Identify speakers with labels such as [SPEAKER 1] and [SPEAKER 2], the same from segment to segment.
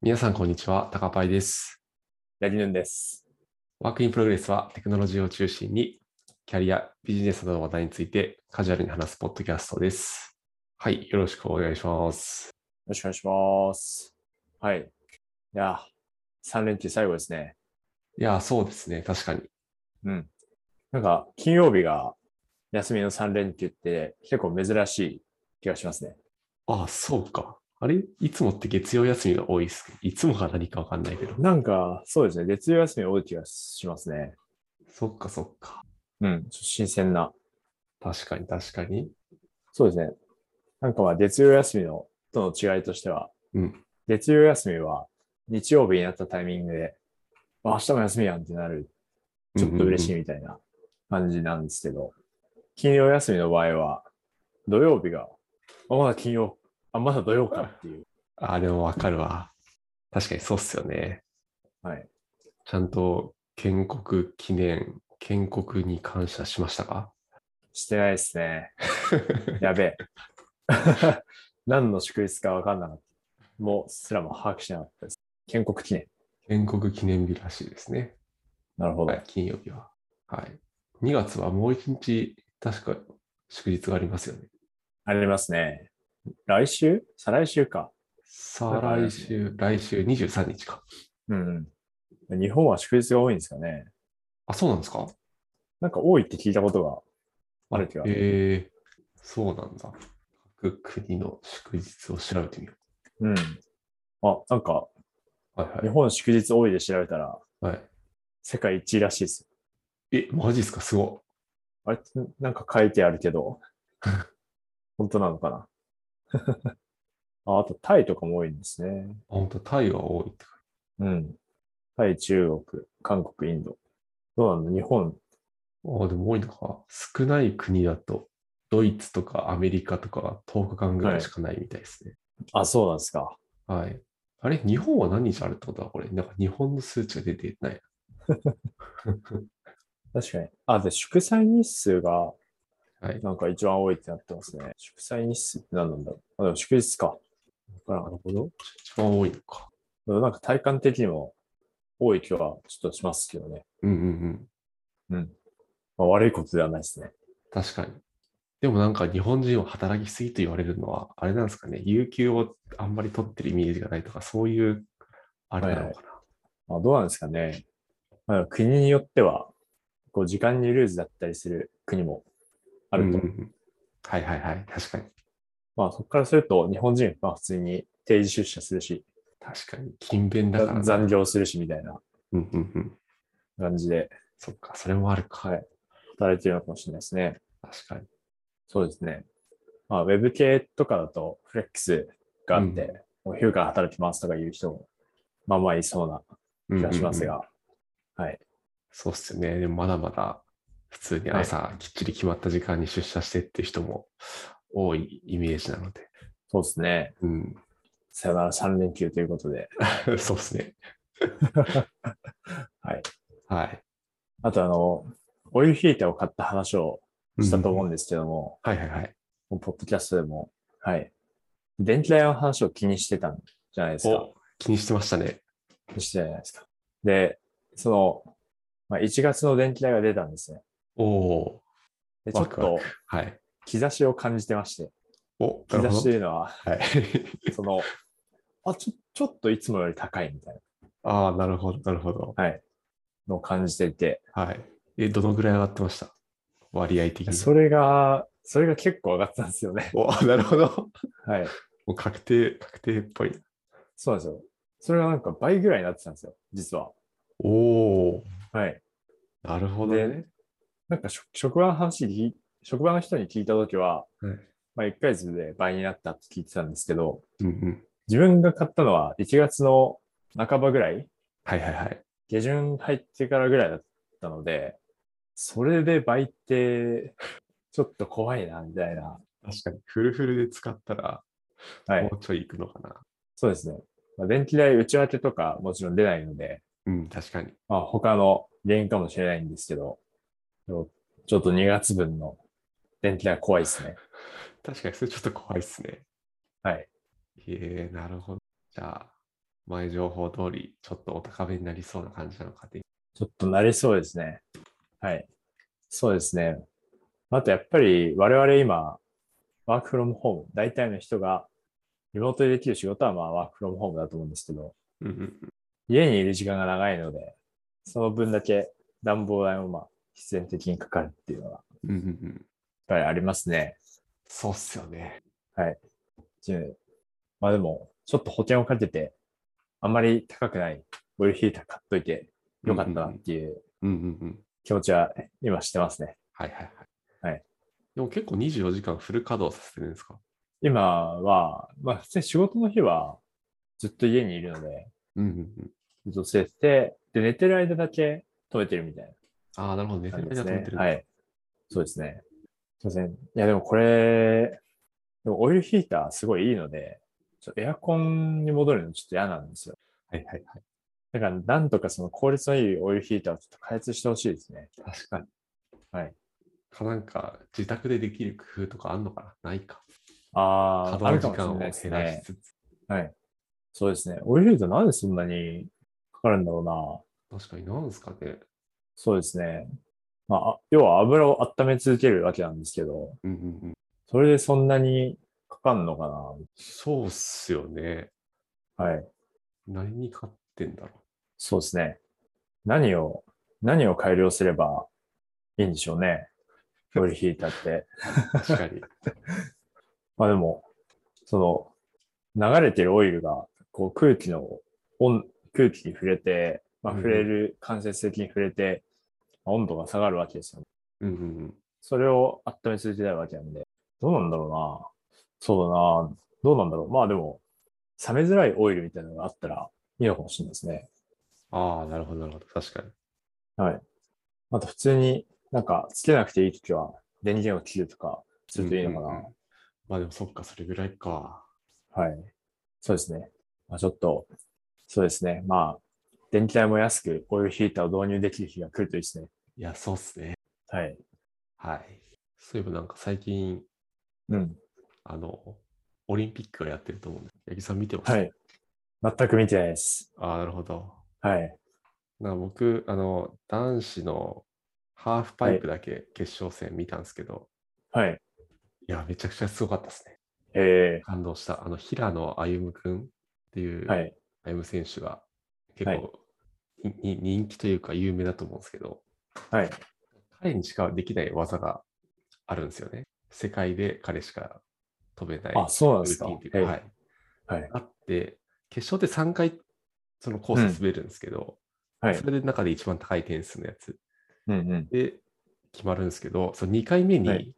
[SPEAKER 1] 皆さん、こんにちは。タカパイです。
[SPEAKER 2] ラジヌンです。
[SPEAKER 1] ワークインプログレスはテクノロジーを中心に、キャリア、ビジネスなどの話題についてカジュアルに話すポッドキャストです。はい、よろしくお願いします。
[SPEAKER 2] よろしくお願いします。はい。いや、3連休最後ですね。
[SPEAKER 1] いやー、そうですね。確かに。
[SPEAKER 2] うん。なんか、金曜日が休みの3連休って結構珍しい気がしますね。
[SPEAKER 1] あ、そうか。あれいつもって月曜休みが多いです。いつもか何かわかんないけど。
[SPEAKER 2] なんか、そうですね。月曜休み多い気がしますね。
[SPEAKER 1] そっかそっか。
[SPEAKER 2] うん。ちょっと新鮮な。
[SPEAKER 1] 確かに確かに。
[SPEAKER 2] そうですね。なんかまあ、月曜休みのとの違いとしては、
[SPEAKER 1] うん。
[SPEAKER 2] 月曜休みは日曜日になったタイミングで、あ明日も休みやんってなるちょっと嬉しい
[SPEAKER 1] い。
[SPEAKER 2] みたいな感じなんですけど、金曜休みの場合は、土曜日が、あ、まだ金曜、あ、まだ土曜かっていう。
[SPEAKER 1] あ、でもわかるわ。確かにそうっすよね。
[SPEAKER 2] はい。
[SPEAKER 1] ちゃんと建国記念、建国に感謝しましたか
[SPEAKER 2] してないですね。 やべえ。 何の祝日か分かんなかった。もうすらも把握してなかったです。建国記念。
[SPEAKER 1] 建国記念日らしいですね。
[SPEAKER 2] なるほど。
[SPEAKER 1] はい、金曜日は。はい。2月はもう1日、確か祝日がありますよね。
[SPEAKER 2] ありますね。来週再来週か。
[SPEAKER 1] さあ、来週、来週23日か。
[SPEAKER 2] うん、うん。日本は祝日が多いんですかね。
[SPEAKER 1] あ、そうなんですか
[SPEAKER 2] なんか多いって聞いたことがある気が。
[SPEAKER 1] ええそうなんだ。各国の祝日を調べてみよ
[SPEAKER 2] うん。あ、なんか
[SPEAKER 1] う。はいは
[SPEAKER 2] 日
[SPEAKER 1] い。
[SPEAKER 2] 本祝日多いで調べたら、
[SPEAKER 1] はい、
[SPEAKER 2] 世界一位らしいです。
[SPEAKER 1] え、マジっすかすご
[SPEAKER 2] あれ、なんか書いてあるけど、 本当なのかな ああと、タイとかも多いんですね。
[SPEAKER 1] い。本当タイは多いって書いて
[SPEAKER 2] うん。タイ、中国、韓国、インド。どうなの日本。
[SPEAKER 1] ああ、でも多いのか。少ない国だと、ドイツとかアメリカとかが10日間ぐらいしかないみたいですね。
[SPEAKER 2] あ、そうなんですか。
[SPEAKER 1] はい。あれ日本は何日あるってことだこれ。なんか日本の数値が出てない。
[SPEAKER 2] 確かに。あ、で、祝祭日数が、
[SPEAKER 1] はい
[SPEAKER 2] なんか一番多いってなってますね。祝祭日数って何なんだろう。あ、でも祝日か。だからん、
[SPEAKER 1] ほど。一番多いのか。
[SPEAKER 2] でもなんか体感的にも多い気はちょっとしますけどね。
[SPEAKER 1] うんうんうん。
[SPEAKER 2] まあ、悪いことではないですね。
[SPEAKER 1] 確かに。でもなんか日本人は働きすぎと言われるのは、あれなんですかね。有給をあんまり取ってるイメージがないとか、そういう、あれなのかな。
[SPEAKER 2] まあ、どうなんですかね。まあ、国によっては、こう時間にルーズだったりする国もあると。
[SPEAKER 1] うんうんうんはいはいはい。確かに。
[SPEAKER 2] まあ、そこからすると、日本人は普通に定時出社するし、
[SPEAKER 1] 確かに。勤勉だからな。
[SPEAKER 2] 残業するしみたいな
[SPEAKER 1] うんうんうん。
[SPEAKER 2] 感じで
[SPEAKER 1] そっか、それもあるか。
[SPEAKER 2] はい働いてるのかもしれないですね。
[SPEAKER 1] 確かに。
[SPEAKER 2] そうですね。まあ、ウェブ系とかだと、フレックスがあって、
[SPEAKER 1] うん
[SPEAKER 2] もう昼から働きますとかいう人も、まあまあいそうな
[SPEAKER 1] うん
[SPEAKER 2] 気
[SPEAKER 1] うんう
[SPEAKER 2] が
[SPEAKER 1] ん
[SPEAKER 2] しますが、はい。
[SPEAKER 1] そうっすよね。でもまだまだ普通に朝きっちり決まった時間に出社してっていう人も多いイメージなので。
[SPEAKER 2] そうですね。
[SPEAKER 1] うん。
[SPEAKER 2] さよなら3連休ということで。
[SPEAKER 1] そうっすね。
[SPEAKER 2] はい。
[SPEAKER 1] はい。
[SPEAKER 2] あと、あの、オイルヒーターを買った話をしたと思うんんですけども、
[SPEAKER 1] はいはいはい。
[SPEAKER 2] もうポッドキャストでも、はい。電気代の話を気にしてたんじゃないですか
[SPEAKER 1] お。気にしてましたね。
[SPEAKER 2] 気にしてたじゃないですか。で、その、まあ、1月の電気代が出たんですね。
[SPEAKER 1] おお
[SPEAKER 2] で、ちょ
[SPEAKER 1] ワ
[SPEAKER 2] っ
[SPEAKER 1] クワ
[SPEAKER 2] と
[SPEAKER 1] クー。はい。
[SPEAKER 2] 兆しを感じてまして、
[SPEAKER 1] おなる
[SPEAKER 2] 兆し
[SPEAKER 1] ほ
[SPEAKER 2] と
[SPEAKER 1] ど。
[SPEAKER 2] いうのは、
[SPEAKER 1] はい。
[SPEAKER 2] その、あ、ちょ、ちょっといつもより高いみたい
[SPEAKER 1] ああ、なるほど、なるほど。
[SPEAKER 2] な、はい。のを感じていて、
[SPEAKER 1] はい。え、どのぐらい上がってました割合的に。
[SPEAKER 2] それが、それが結構上がったんですよね。
[SPEAKER 1] おなるほど。
[SPEAKER 2] はい。
[SPEAKER 1] もう確定、確定っぽい。
[SPEAKER 2] そうなんですよ。それがなんか倍ぐらいになってたんですよ、実は。
[SPEAKER 1] おお
[SPEAKER 2] はい。
[SPEAKER 1] なるほどね。
[SPEAKER 2] なんか職職場の話に聞い、職場の人に聞いたときは、
[SPEAKER 1] はい
[SPEAKER 2] まあ1ヶ月で倍になったって聞いてたんですけど、
[SPEAKER 1] うんうん。
[SPEAKER 2] 自分が買ったのは1月の半ばぐらい、
[SPEAKER 1] はいはいはい。
[SPEAKER 2] 下旬入ってからぐらいだったので、それで倍って、ちょっと怖いな、みたいな。
[SPEAKER 1] 確かに、フルフルで使ったら、
[SPEAKER 2] はい
[SPEAKER 1] も。うちょい行くのかな。
[SPEAKER 2] そうですね。まあ、電気代内訳とかもちろん出ないので、
[SPEAKER 1] うん、確かに。
[SPEAKER 2] まあ、他の原因かもしれないんですけど、ちょちょっと2月分の電気代は怖いですね。
[SPEAKER 1] 確かに、それちょっと怖いっすね。
[SPEAKER 2] はい。
[SPEAKER 1] へえなるほど。じゃあ、前情報通り、ちょっとお高めになりそうな感じなのかって。
[SPEAKER 2] ちょっとなりそうですね。はい。そうですね。あとやっぱり我々今、ワークフロムホーム、大体の人がリモートでできる仕事はまあワークフロムホームだと思うんですけど、
[SPEAKER 1] うんうんうん
[SPEAKER 2] 家にいる時間が長いので、その分だけ暖房代もまあ必然的にかかるっていうのがやっ
[SPEAKER 1] うんうんうん。
[SPEAKER 2] ぱりありますね。
[SPEAKER 1] そうっすよね。
[SPEAKER 2] でまあでも、ちょっと保険をかけて、あんまり高くないオイルヒーター買っといてよかったなっていう
[SPEAKER 1] うんうんうん。
[SPEAKER 2] 気持ちは今してますね。
[SPEAKER 1] はいはいはい。
[SPEAKER 2] はい。
[SPEAKER 1] でも結構24時間フル稼働させてるんですか
[SPEAKER 2] 今は、まあ普通に仕事の日はずっと家にいるので、
[SPEAKER 1] うんうんうん。
[SPEAKER 2] ずっと捨てて、で、寝てる間だけ止めてるみたい
[SPEAKER 1] ああ、なるほど。寝
[SPEAKER 2] な
[SPEAKER 1] てる
[SPEAKER 2] 感じで
[SPEAKER 1] 間
[SPEAKER 2] す
[SPEAKER 1] 止め
[SPEAKER 2] ね
[SPEAKER 1] て。るんだ。
[SPEAKER 2] はい。そうですね。すいません。いや、でもこれ、でもオイルヒーターすごいいいので、ちょっとエアコンに戻るのちょっと嫌なんですよ。
[SPEAKER 1] はいはいはい。
[SPEAKER 2] だから、なんとかその効率のいいオイルヒーターをちょっと開発してほしいですね。
[SPEAKER 1] 確かに。
[SPEAKER 2] はい。
[SPEAKER 1] かなんか、自宅でできる工夫とかあんのかなないか。
[SPEAKER 2] あ
[SPEAKER 1] 稼
[SPEAKER 2] あ、ある
[SPEAKER 1] 働
[SPEAKER 2] か
[SPEAKER 1] 時
[SPEAKER 2] もしれ
[SPEAKER 1] 間を
[SPEAKER 2] ない
[SPEAKER 1] 減
[SPEAKER 2] で
[SPEAKER 1] ら
[SPEAKER 2] すね
[SPEAKER 1] し。つつ。
[SPEAKER 2] はい。そうですね。オイルヒーターなんでそんなにかかるんだろうな。
[SPEAKER 1] 確かになんですかね。
[SPEAKER 2] そうですね。まあ、要は油を温め続けるわけなんですけど、
[SPEAKER 1] うんうんうん。
[SPEAKER 2] それでそんなにかかんのか
[SPEAKER 1] そうっすよね。
[SPEAKER 2] なはい。
[SPEAKER 1] 何に勝ってんだろ
[SPEAKER 2] そうですね。何を、何を改良すればいいんでしょうね。オイルヒーターって。
[SPEAKER 1] う。確かに。
[SPEAKER 2] まあでも、その、流れてるオイルが、こう空気の温、空気に触れて、まあ
[SPEAKER 1] うんうん
[SPEAKER 2] 触れる、間接的に触れて、まあ温度が下がるわけですよね
[SPEAKER 1] うんうんうん。
[SPEAKER 2] それを温め続けたいわけなんで、どうなんだろうな。そうだな。どうなんだろう。まあでも、冷めづらいオイルみたいなのがあったらいいのかもしれないですね。
[SPEAKER 1] ああ、なるほど、なるほど。確かに。
[SPEAKER 2] あと普通になんかつけなくていいときは電源を切るとかするといいのかな。
[SPEAKER 1] うんうんうんまあでもそっか、それぐらいか。
[SPEAKER 2] はい。そうですね。まあちょっと、そうですね。まあ、電気代も安くオイルヒーターを導入できる日が来るといいですね。
[SPEAKER 1] いや、そうっすね。
[SPEAKER 2] はい。
[SPEAKER 1] はい。そういえばなんか最近、
[SPEAKER 2] うん。
[SPEAKER 1] あの、オリンピックがやってると思うんです。八木さん見てます
[SPEAKER 2] はい。全く見てないです。
[SPEAKER 1] ああ、なるほど。
[SPEAKER 2] はい。
[SPEAKER 1] なんか僕、あの、男子のハーフパイプだけ決勝戦見たんですけど、
[SPEAKER 2] はい。
[SPEAKER 1] い、や、めちゃくちゃすごかったですね。
[SPEAKER 2] え
[SPEAKER 1] 感動した。あの、平野歩夢君ってい
[SPEAKER 2] ー、
[SPEAKER 1] う、
[SPEAKER 2] はい。
[SPEAKER 1] 歩夢選手が結構、
[SPEAKER 2] はい
[SPEAKER 1] に人気というか有名だと思うんですけど、
[SPEAKER 2] はい。
[SPEAKER 1] 彼にしかできない技があるんですよね。世界で彼しか飛べない
[SPEAKER 2] あ、そうなんで
[SPEAKER 1] ル
[SPEAKER 2] す
[SPEAKER 1] ーテ
[SPEAKER 2] か。
[SPEAKER 1] ィンというか、は
[SPEAKER 2] は
[SPEAKER 1] い。
[SPEAKER 2] いはい。
[SPEAKER 1] あって、決勝って3回そのコース滑るんですけど、
[SPEAKER 2] はい
[SPEAKER 1] そ。れで中で一番高い点数のやつ
[SPEAKER 2] うんうん。
[SPEAKER 1] で決まるんですけど、その2回目に、
[SPEAKER 2] はい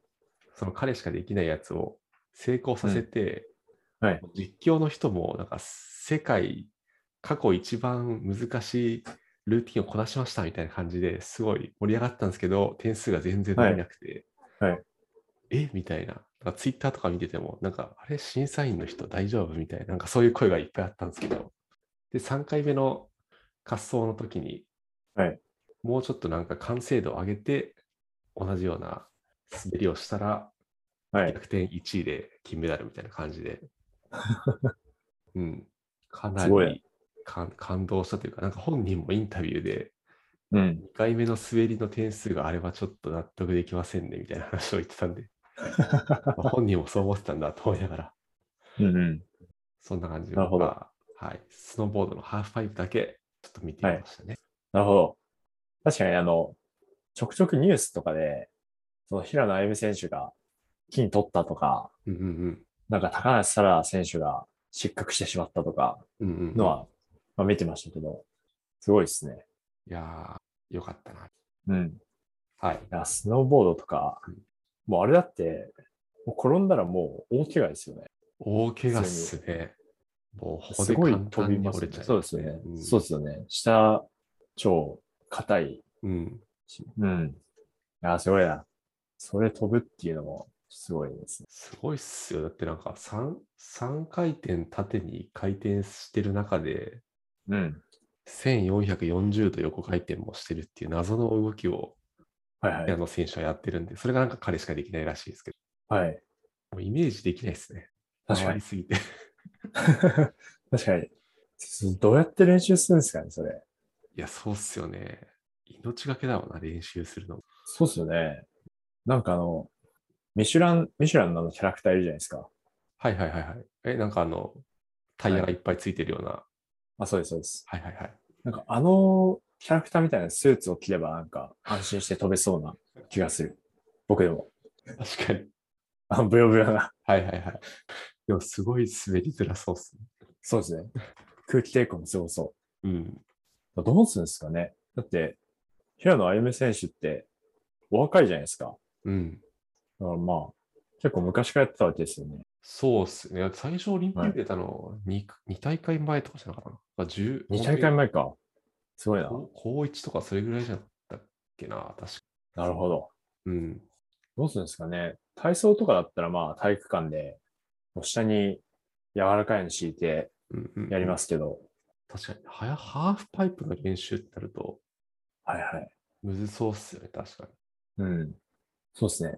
[SPEAKER 1] その彼しかできないやつを成功させて、
[SPEAKER 2] うんはい
[SPEAKER 1] 実況の人もなんか世界過去一番難しいルーティンをこなしましたみたいな感じですごい盛り上がったんですけど、点数が全然伸びなくて、
[SPEAKER 2] はいはい
[SPEAKER 1] えみたいな。なんかツイッターとか見てても、なんか、あれ、審査員の人大丈夫みたいな、なんかそういう声がいっぱいあったんですけど、で、3回目の滑走の時に、
[SPEAKER 2] はい
[SPEAKER 1] もうちょっとなんか完成度を上げて、同じような滑りをしたら、
[SPEAKER 2] はい。
[SPEAKER 1] 逆転1位で金メダルみたいな感じ で、うん、かな
[SPEAKER 2] すご
[SPEAKER 1] り
[SPEAKER 2] い
[SPEAKER 1] 感感動したというか、なんか本人もインタビューで、
[SPEAKER 2] うん。
[SPEAKER 1] 2回目の滑りの点数があればちょっと納得できませんねみたいな話を言ってたん で、まあ本人もそう思ってたんだと思いながら、
[SPEAKER 2] うんうん。
[SPEAKER 1] そんな感じで、
[SPEAKER 2] なるほど
[SPEAKER 1] まあはい、スノーボードのハーフパイプだけちょっと見てみましたね。
[SPEAKER 2] なるほど。確かに、あの、ちょくちょくニュースとかで、その平野歩夢選手が金取ったとか、
[SPEAKER 1] うんうん
[SPEAKER 2] なんか高梨沙羅選手が失格してしまったとか
[SPEAKER 1] うんうんうん
[SPEAKER 2] のは、まあ、見てましたけど、すごいですね。
[SPEAKER 1] いやー、よかったな。
[SPEAKER 2] うん。
[SPEAKER 1] はい。
[SPEAKER 2] いや、スノーボードとか
[SPEAKER 1] うん、
[SPEAKER 2] もうあれだって、もう転んだらもう大怪我ですよね。
[SPEAKER 1] 大怪我っすね。もう
[SPEAKER 2] す
[SPEAKER 1] 骨
[SPEAKER 2] ごい
[SPEAKER 1] 簡
[SPEAKER 2] 飛び
[SPEAKER 1] 単に
[SPEAKER 2] ます
[SPEAKER 1] 折
[SPEAKER 2] よ
[SPEAKER 1] れちゃ
[SPEAKER 2] ね。
[SPEAKER 1] い
[SPEAKER 2] そう
[SPEAKER 1] ま
[SPEAKER 2] ですよね。
[SPEAKER 1] うん
[SPEAKER 2] そうですよね。下、超硬い
[SPEAKER 1] うん。
[SPEAKER 2] うん。あ、すごいな。それ飛ぶっていうのもすごいですね。
[SPEAKER 1] すごいっすよ。だってなんか 3, 3回転縦に回転してる中で、
[SPEAKER 2] うん。
[SPEAKER 1] 1440度横回転もしてるっていう謎の動きを
[SPEAKER 2] はいは
[SPEAKER 1] 矢
[SPEAKER 2] い。
[SPEAKER 1] 野選手はやってるんで、それがなんか彼しかできないらしいですけど、
[SPEAKER 2] はい。
[SPEAKER 1] もうイメージできないですね。
[SPEAKER 2] 確か
[SPEAKER 1] 回り。
[SPEAKER 2] に
[SPEAKER 1] すぎて。
[SPEAKER 2] 確かに。どうやって練習するんですかね、それ。
[SPEAKER 1] いや、そうっすよね。命がけだもんな、練習するの。
[SPEAKER 2] そうっすよね。なんかあの、ミシュラン、ミシュランのあのキャラクターいるじゃないですか。
[SPEAKER 1] はいはいはいはい。え、なんかあの、タイヤがいっぱいついてるような。
[SPEAKER 2] あ、そうです、そうです。
[SPEAKER 1] はい、はい、はいはい。
[SPEAKER 2] なんかあのキャラクターみたいなスーツを着ればなんか安心して飛べそうな気がする。僕でも。
[SPEAKER 1] 確かに。
[SPEAKER 2] あのブヨブヨな。
[SPEAKER 1] はいはいはい。でも、すごい滑りづらそうっすね。
[SPEAKER 2] そうですね。空気抵抗もすごそう。
[SPEAKER 1] うん。
[SPEAKER 2] どうするんですかねだって、平野歩夢選手ってお若いじゃないですか。
[SPEAKER 1] うん。
[SPEAKER 2] だからまあ、結構昔からやってたわけですよね。
[SPEAKER 1] そうっすね。最初オリンピック出たの 2,、二大会前とかじゃなかったかな。2
[SPEAKER 2] 2大会前か。すごいな。
[SPEAKER 1] 高高1とかそれぐらいじゃなかったっけな、確か。
[SPEAKER 2] なるほど。
[SPEAKER 1] うん。
[SPEAKER 2] どうするんですかね体操とかだったらまあ体育館で、もう下に柔らかいの敷いて
[SPEAKER 1] うんうん。
[SPEAKER 2] やりますすけど。
[SPEAKER 1] 確かにはや、ハーフパイプの練習ってなると、
[SPEAKER 2] はいはい。
[SPEAKER 1] むずそうっすよね、確かに。
[SPEAKER 2] うん。そうですね。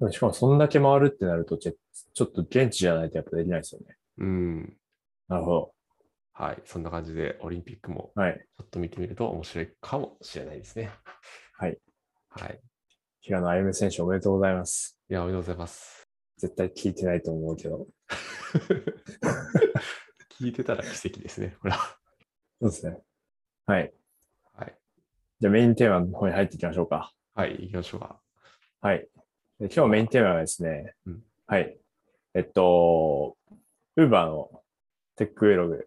[SPEAKER 2] でもしかもそんだけ回るってなると、ちょちょっと現地じゃないとやっぱできないですよね。
[SPEAKER 1] うん。
[SPEAKER 2] なるほど。
[SPEAKER 1] はい。そんな感じで、オリンピックも
[SPEAKER 2] はい。
[SPEAKER 1] ちょっと見てみると面白いかもしれないですね。
[SPEAKER 2] はい。
[SPEAKER 1] はい。
[SPEAKER 2] 平野歩夢選手おめでとうございます。
[SPEAKER 1] いや、おめでとうございます。
[SPEAKER 2] 絶対聞いてないと思うけど。
[SPEAKER 1] 聞いてたら奇跡ですね、ほら。
[SPEAKER 2] そうですね。はい。
[SPEAKER 1] はい。
[SPEAKER 2] じゃあメインテーマの方に入っていきましょうか。
[SPEAKER 1] はい、行きましょうか。
[SPEAKER 2] はい。で今日メインテーマはですね、
[SPEAKER 1] うん
[SPEAKER 2] はい。えっと、Uber のテックウェログに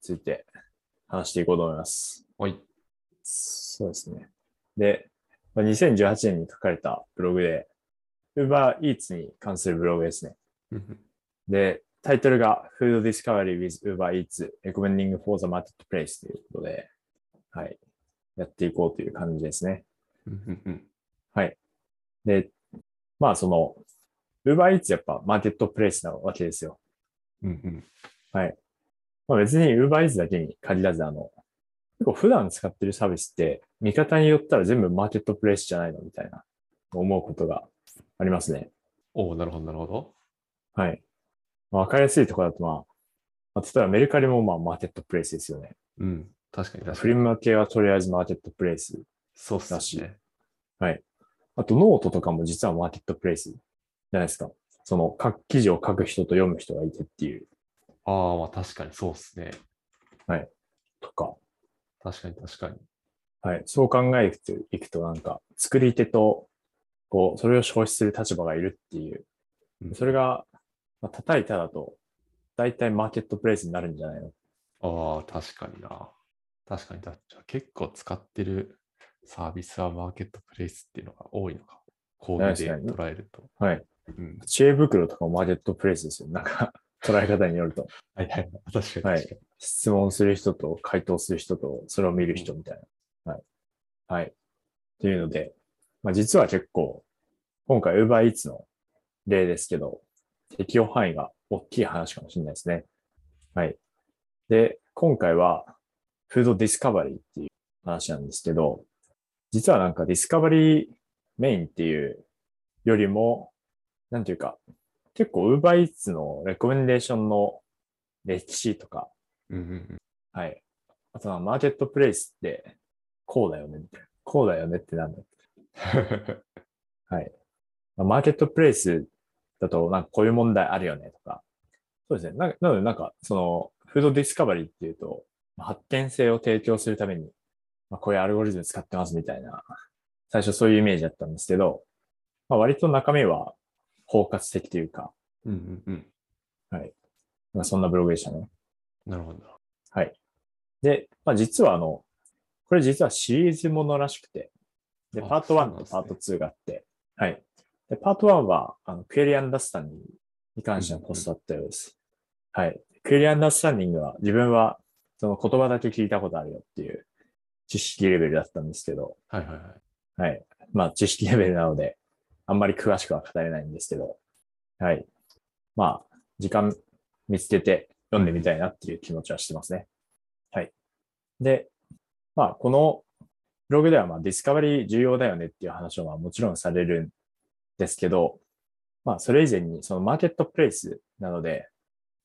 [SPEAKER 2] ついて話していこうと思います。
[SPEAKER 1] はい。
[SPEAKER 2] そうですね。で、まあ2018年に書かれたブログで、Uber Eats に関するブログですね。
[SPEAKER 1] うん
[SPEAKER 2] で、タイトルが Food Discovery with Uber Eats Recommending for the Marketplace ということで、はい。やっていこうという感じですね。
[SPEAKER 1] うんうんうん
[SPEAKER 2] で、まあその、Uber Eats やっぱマーケットプレイスなわけですよ。
[SPEAKER 1] うんうん
[SPEAKER 2] まあ別に Uber Eats だけに限らず、あの、結構普段使ってるサービスって、見方によったら全部マーケットプレイスじゃないのみたいな、思うことがありますね。
[SPEAKER 1] おお、なるほど、なるほど。
[SPEAKER 2] はい。まあ、わかりやすいところだと、まあ、まあ、例えばメルカリもまあマーケットプレイスですよね。
[SPEAKER 1] うん。確かに、確
[SPEAKER 2] フ
[SPEAKER 1] か
[SPEAKER 2] リ
[SPEAKER 1] に。
[SPEAKER 2] マ系はとりあえずマーケットプレイス。
[SPEAKER 1] そうっす
[SPEAKER 2] だし
[SPEAKER 1] ね。
[SPEAKER 2] あとノートとかも実はマーケットプレイスじゃないですか。その書く記事を書く人と読む人がいてっていう
[SPEAKER 1] ああ、まあ確かにそうっすね。
[SPEAKER 2] とか。
[SPEAKER 1] 確かに、確かに。
[SPEAKER 2] はい。そう考えていくと、なんか、作り手と、こう、それを消費する立場がいるっていう。
[SPEAKER 1] うん
[SPEAKER 2] それが、まあ、叩いただと、大体マーケットプレイスになるんじゃないの
[SPEAKER 1] ああ、確かにな。確かにだ。じゃあ結構使ってるサービスはマーケットプレイスっていうのが多いのか。講義で
[SPEAKER 2] 確かに
[SPEAKER 1] 捉えると。
[SPEAKER 2] はい。
[SPEAKER 1] うん、
[SPEAKER 2] 知恵袋とかもマーケットプレイスですよ。なんか、捉え方によると。
[SPEAKER 1] はいはい。確か
[SPEAKER 2] は
[SPEAKER 1] に
[SPEAKER 2] い
[SPEAKER 1] 確かに。
[SPEAKER 2] 質問する人と回答する人とそれを見る人みたいな。はい。はい。っていうので、まあ、実は結構、今回 Uber Eats の例ですけど、適用範囲が大きい話かもしれないですね。はい。で、今回は、フードディスカバリーっていう話なんですけど、実はなんかディスカバリーメインっていうよりも、なんていうか、結構 Uber Eats のレコメンデーションの歴史とか、
[SPEAKER 1] うんうんうん
[SPEAKER 2] はい。あとは、マーケットプレイスって、こうだよね、みたいな。こうだよねってなんだ。まあマーケットプレイスだと、なんかこういう問題あるよね、とか。そうですね。ななので、なんか、その、フードディスカバリーっていうと、まあ発展性を提供するために、まあ、こういうアルゴリズム使ってますみたいな、最初そういうイメージだったんですけど、まあ、割と中身は包括的というか、
[SPEAKER 1] うんうんうん。
[SPEAKER 2] まあ、そんなブログでしたね。
[SPEAKER 1] なるほどな。
[SPEAKER 2] で、まあ、実はあの、これ実はシリーズものらしくて、で、
[SPEAKER 1] あ
[SPEAKER 2] パート
[SPEAKER 1] そうなん
[SPEAKER 2] 1と
[SPEAKER 1] です
[SPEAKER 2] パ
[SPEAKER 1] ね
[SPEAKER 2] ート2があって、はい。で、パート1は、あの、クエリアンダースタンディングに関してのポストだったようです。はい。クエリアンダースタンディングは、自分は、その言葉だけ聞いたことあるよっていう知識レベルだったんですけど、
[SPEAKER 1] はいはいはい。
[SPEAKER 2] はい。まあ、知識レベルなので、あんまり詳しくは語れないんですけど、はい。まあ、時間見つけて読んでみたいなっていう気持ちはしてますね。はい。で、まあ、このブログでは、まあ、ディスカバリー重要だよねっていう話を、まあ、もちろんされるんですけど、まあ、それ以前に、そのマーケットプレイスなので、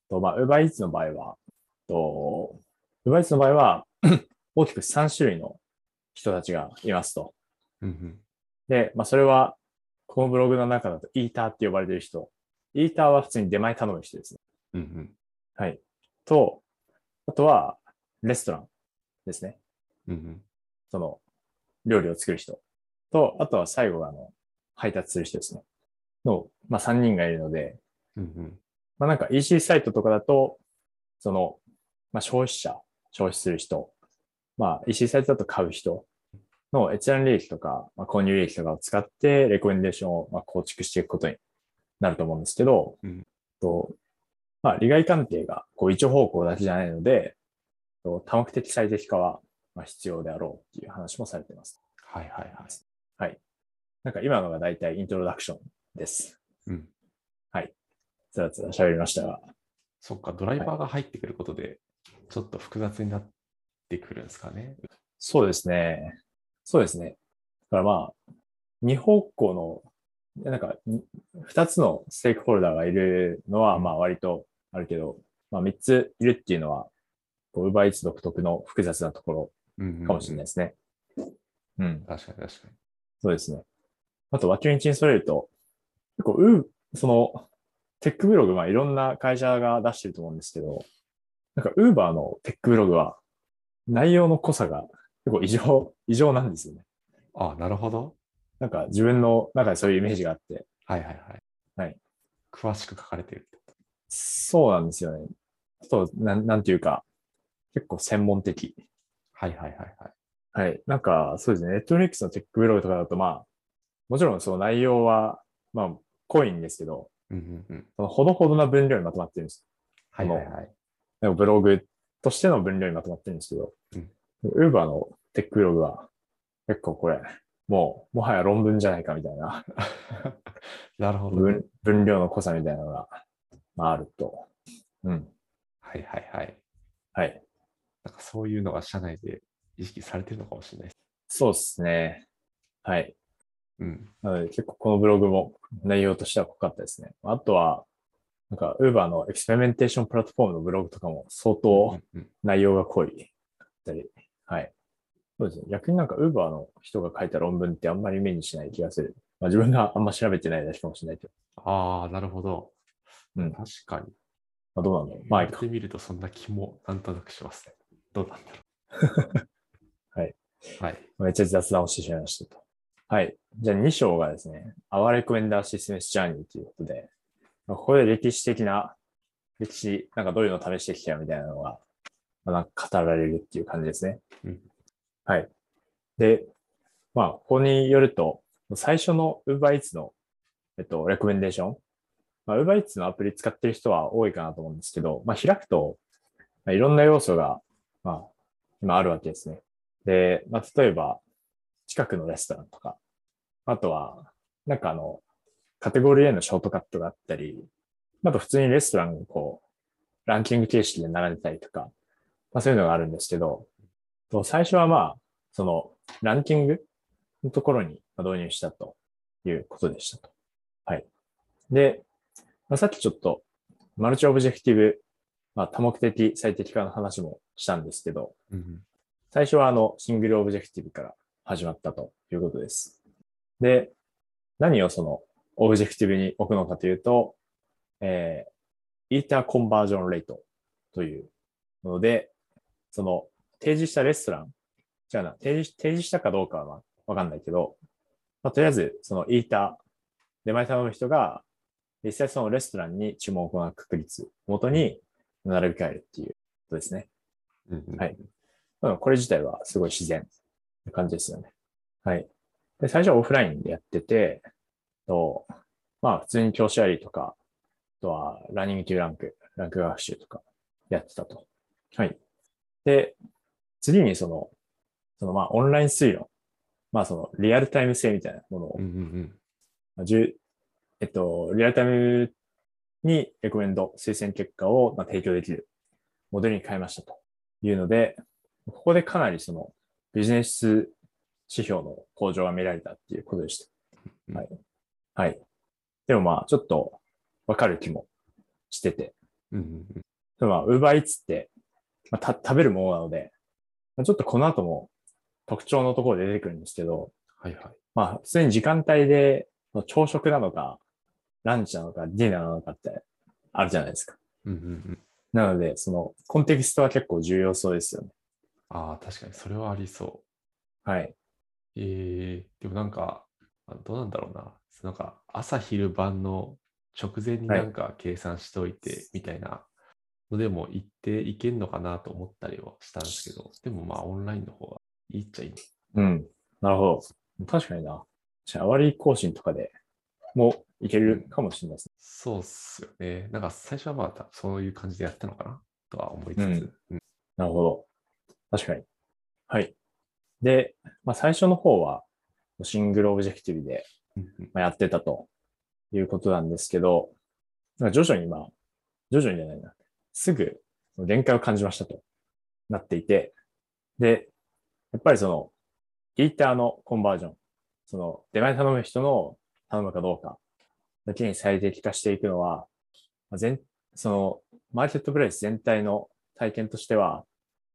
[SPEAKER 2] とまあ、Uber Eats の場合は、とウーバーイーツの場合は、 大きく3種類の人たちがいますと。
[SPEAKER 1] うんうん。
[SPEAKER 2] で、まあ、それは、このブログの中だと、イーターって呼ばれてる人。イーターは普通に出前頼む人ですね。
[SPEAKER 1] うんうん。
[SPEAKER 2] はい。と、あとは、レストランですね。
[SPEAKER 1] うん
[SPEAKER 2] その、料理を作る人。と、あとは最後が、あの、配達する人ですね。の、まあ、3人がいるので、
[SPEAKER 1] うん。うんうん。
[SPEAKER 2] まあ、なんか EC サイトとかだと、その、まあ、消費者、消費する人、まあ、EC サイトだと買う人の閲覧利益とか、まあ、購入利益とかを使って、レコメンデーションをまあ構築していくことになると思うんですけど、
[SPEAKER 1] うん
[SPEAKER 2] とまあ、利害関係がこう一方向だけじゃないので、と多目的最適化はまあ必要であろうっていう話もされています。
[SPEAKER 1] はいはいはい。
[SPEAKER 2] はい。なんか今のが大体イントロダクションです。
[SPEAKER 1] うん。
[SPEAKER 2] つらつら喋りましたが。
[SPEAKER 1] そっか、ドライバーが入ってくることで、ちょっと複雑になってくるんですかね。
[SPEAKER 2] そうですね。そうですね。だからまあ、二方向の、なんか、に二つのステークホルダーがいるのは、
[SPEAKER 1] うん
[SPEAKER 2] まあ割とあるけど、まあ三ついるっていうのは、こう、ウーバーイーツ独特の複雑なとこ
[SPEAKER 1] うん、
[SPEAKER 2] ろかもしれない
[SPEAKER 1] い。
[SPEAKER 2] ですね。うん、
[SPEAKER 1] 確かに確か
[SPEAKER 2] そうですね。あと、脇道にそれると、結構、う、その、テックブログ、まあいろんな会社が出してると思うんですけど、なんか、ウーバーのテックブログは、内容の濃さが結構異常、異常なんですよね。
[SPEAKER 1] に。あ、なるほど。
[SPEAKER 2] なんか自分の中でそういうイメージがあって。
[SPEAKER 1] はいはいはい。
[SPEAKER 2] はい。
[SPEAKER 1] 詳しく書かれてるって。
[SPEAKER 2] そうなんですよね。あと、なん、なんていうか、結構専門的。
[SPEAKER 1] はいはいはいはい。
[SPEAKER 2] はい。なんか、そうですね。ネットフリックスのテックブログとかだと、まあ、もちろんその内容は、まあ、濃いんですけど、
[SPEAKER 1] うんうんうん。
[SPEAKER 2] そのほどほどな分量にまとまってるんです。
[SPEAKER 1] はいはい はい。
[SPEAKER 2] なんかブログとしての分量にまとまってるんですけど
[SPEAKER 1] うん、
[SPEAKER 2] ウーバーのテックブログは、結構これ、もう、もはや論文じゃないかみたいな、
[SPEAKER 1] なるほどね、
[SPEAKER 2] 分分量の濃さみたいなのが、まあ、あると。うん。
[SPEAKER 1] はいはいはい。
[SPEAKER 2] はい。
[SPEAKER 1] なんかそういうのが社内で意識されてるのかもしれないです。
[SPEAKER 2] そうですね。はい。
[SPEAKER 1] うん。
[SPEAKER 2] なので結構このブログも内容としては濃かったですね。あとは、なんか Uber のエクスペリメンテーションプラットフォームのブログとかも相当
[SPEAKER 1] うんうん
[SPEAKER 2] 内容が濃いだったり。はい。そうですね。逆になんか Uber の人が書いた論文ってあんまり目にしない気がする。まあ自分があんま調べてないだけかもしれないけど。
[SPEAKER 1] ああ、なるほど。
[SPEAKER 2] うん
[SPEAKER 1] 確かに。
[SPEAKER 2] まあどうなんだろう。
[SPEAKER 1] ま
[SPEAKER 2] まあ
[SPEAKER 1] あ、
[SPEAKER 2] いい
[SPEAKER 1] やっ
[SPEAKER 2] か。
[SPEAKER 1] てみるとそんな気もなんとなくしますね。どうなんだろう。
[SPEAKER 2] はい。
[SPEAKER 1] はい。
[SPEAKER 2] めっちゃ雑談をしてしまいましたと。はい。じゃあ2章がですね、Our Recommender Systems Journey ということで、まあここで歴史的な、歴史、なんかどういうのを試してきたよみたいなのが、まあ、なんか語られるっていう感じですね。
[SPEAKER 1] うん
[SPEAKER 2] はい。で、まあ、ここによると、最初の UberEats の、えっと、レコメンデーション。まあ、UberEats のアプリ使ってる人は多いかなと思うんですけど、まあ、開くと、まあ、いろんな要素が、まあ、今あるわけですね。で、まあ、例えば、近くのレストランとか、あとは、なんかあの、カテゴリーへのショートカットがあったり、あと普通にレストランがこう、ランキング形式で並んでたりとか、まあそういうのがあるんですけど、と最初はまあ、その、ランキングのところにまあ導入したということでしたと。はい。で、まあ、さっきちょっと、マルチオブジェクティブ、まあ多目的最適化の話もしたんですけど、
[SPEAKER 1] うんうん
[SPEAKER 2] 最初はあの、シングルオブジェクティブから始まったということです。で、何をその、オブジェクティブに置くのかというと、えー、イーターコンバージョンレートというもので、その、提示したレストラン、違うな、提示提示したかどうかはまあわかんないけど、まあ、とりあえず、その、イーター、出前頼む人が、実際そのレストランに注文を行う確率をもとに並び替えるっていうことですね。
[SPEAKER 1] うんうん
[SPEAKER 2] はいうん、これ自体はすごい自然な感じですよね。はい。で、最初はオフラインでやってて、とまあ普通に教師ありとか、あとはランニング級ランク、ランク学習とかやってたと。はい。で、次にその、そのまあオンライン推論、まあそのリアルタイム性みたいなものを
[SPEAKER 1] うんうん
[SPEAKER 2] まあじゅえっと、リアルタイムにレコメンド、推薦結果をまあ提供できるモデルに変えましたというので、ここでかなりそのビジネス指標の向上が見られたっていうことでし
[SPEAKER 1] うん
[SPEAKER 2] た。はい。はい。でもまあ、ちょっとわかる気もしてて、
[SPEAKER 1] うんうんうん
[SPEAKER 2] でもまあ、ウーバーイーツって、まあ、た食べるものなので、まあちょっとこの後も特徴のところで出てくるんですけど、
[SPEAKER 1] はいはい。
[SPEAKER 2] まあ、普通に時間帯で、朝食なのか、ランチなのか、ディナーなのかってあるじゃないですか。
[SPEAKER 1] うんうんうん。
[SPEAKER 2] なので、その、コンテキストは結構重要そうですよね。
[SPEAKER 1] ああ、確かにそれはありそう。
[SPEAKER 2] はい。
[SPEAKER 1] えー、でもなんか、あどうなんだろうな。なんか、朝昼晩の直前に
[SPEAKER 2] はい
[SPEAKER 1] なんか計算しておいてみたいなのでも言っていけんのかなと思ったりはしたんですけど、でもまあオンラインの方はいいっちゃいい。
[SPEAKER 2] うん。なるほど。確かにな。じゃあ、割り更新とかでもいけるかもしれないですね。
[SPEAKER 1] そうっすよね。なんか最初はまあたそういう感じでやったのかなとは思いつつ、うん
[SPEAKER 2] なるほど。確かに。はい。で、まあ、最初の方は、シングルオブジェクティブで、
[SPEAKER 1] うんうん
[SPEAKER 2] まあやってたということなんですけど、まあ徐々にまあ、徐々にじゃないな、すぐ限界を感じましたとなっていて、で、やっぱりその、イーターのコンバージョン、その、出前頼む人の頼むかどうかだけに最適化していくのは、まあ全、その、マーケットプレイス全体の体験としては、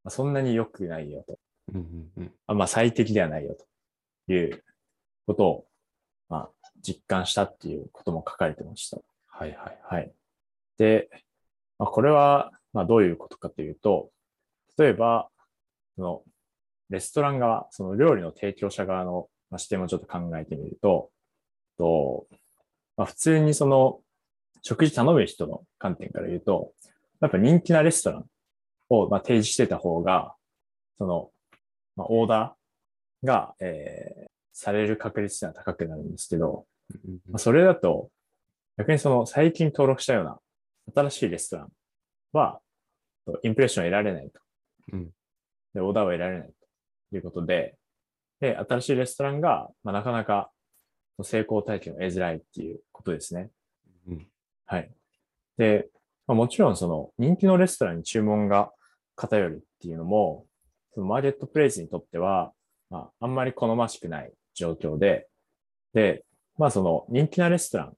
[SPEAKER 2] まあそんなに良くないよと。
[SPEAKER 1] うんうんうん
[SPEAKER 2] あまあ、最適ではないよということを、まあ、実感したっていうことも書かれてました。
[SPEAKER 1] はいはい。
[SPEAKER 2] はい。で、まあ、これは、まあ、どういうことかというと、例えば、その、レストラン側、その料理の提供者側のまあ視点もちょっと考えてみると、とまあ、普通にその、食事頼む人の観点から言うと、やっぱ人気なレストランをまあ提示してた方が、その、まあ、オーダーが、えーされる確率が高くなるんですけど、
[SPEAKER 1] うんうんう
[SPEAKER 2] まあ
[SPEAKER 1] ん
[SPEAKER 2] それだと、逆にその最近登録したような新しいレストランは、とインプレッションを得られないと。
[SPEAKER 1] うん
[SPEAKER 2] で、オーダーを得られないということで、で、新しいレストランが、まあ、なかなか成功体験を得づらいっていうことですね。
[SPEAKER 1] うん
[SPEAKER 2] はい。で、まあ、もちろんその人気のレストランに注文が偏るっていうのも、そのマーケットプレイスにとっては、まあ、あんまり好ましくない状況で、で、まあその人気なレストラン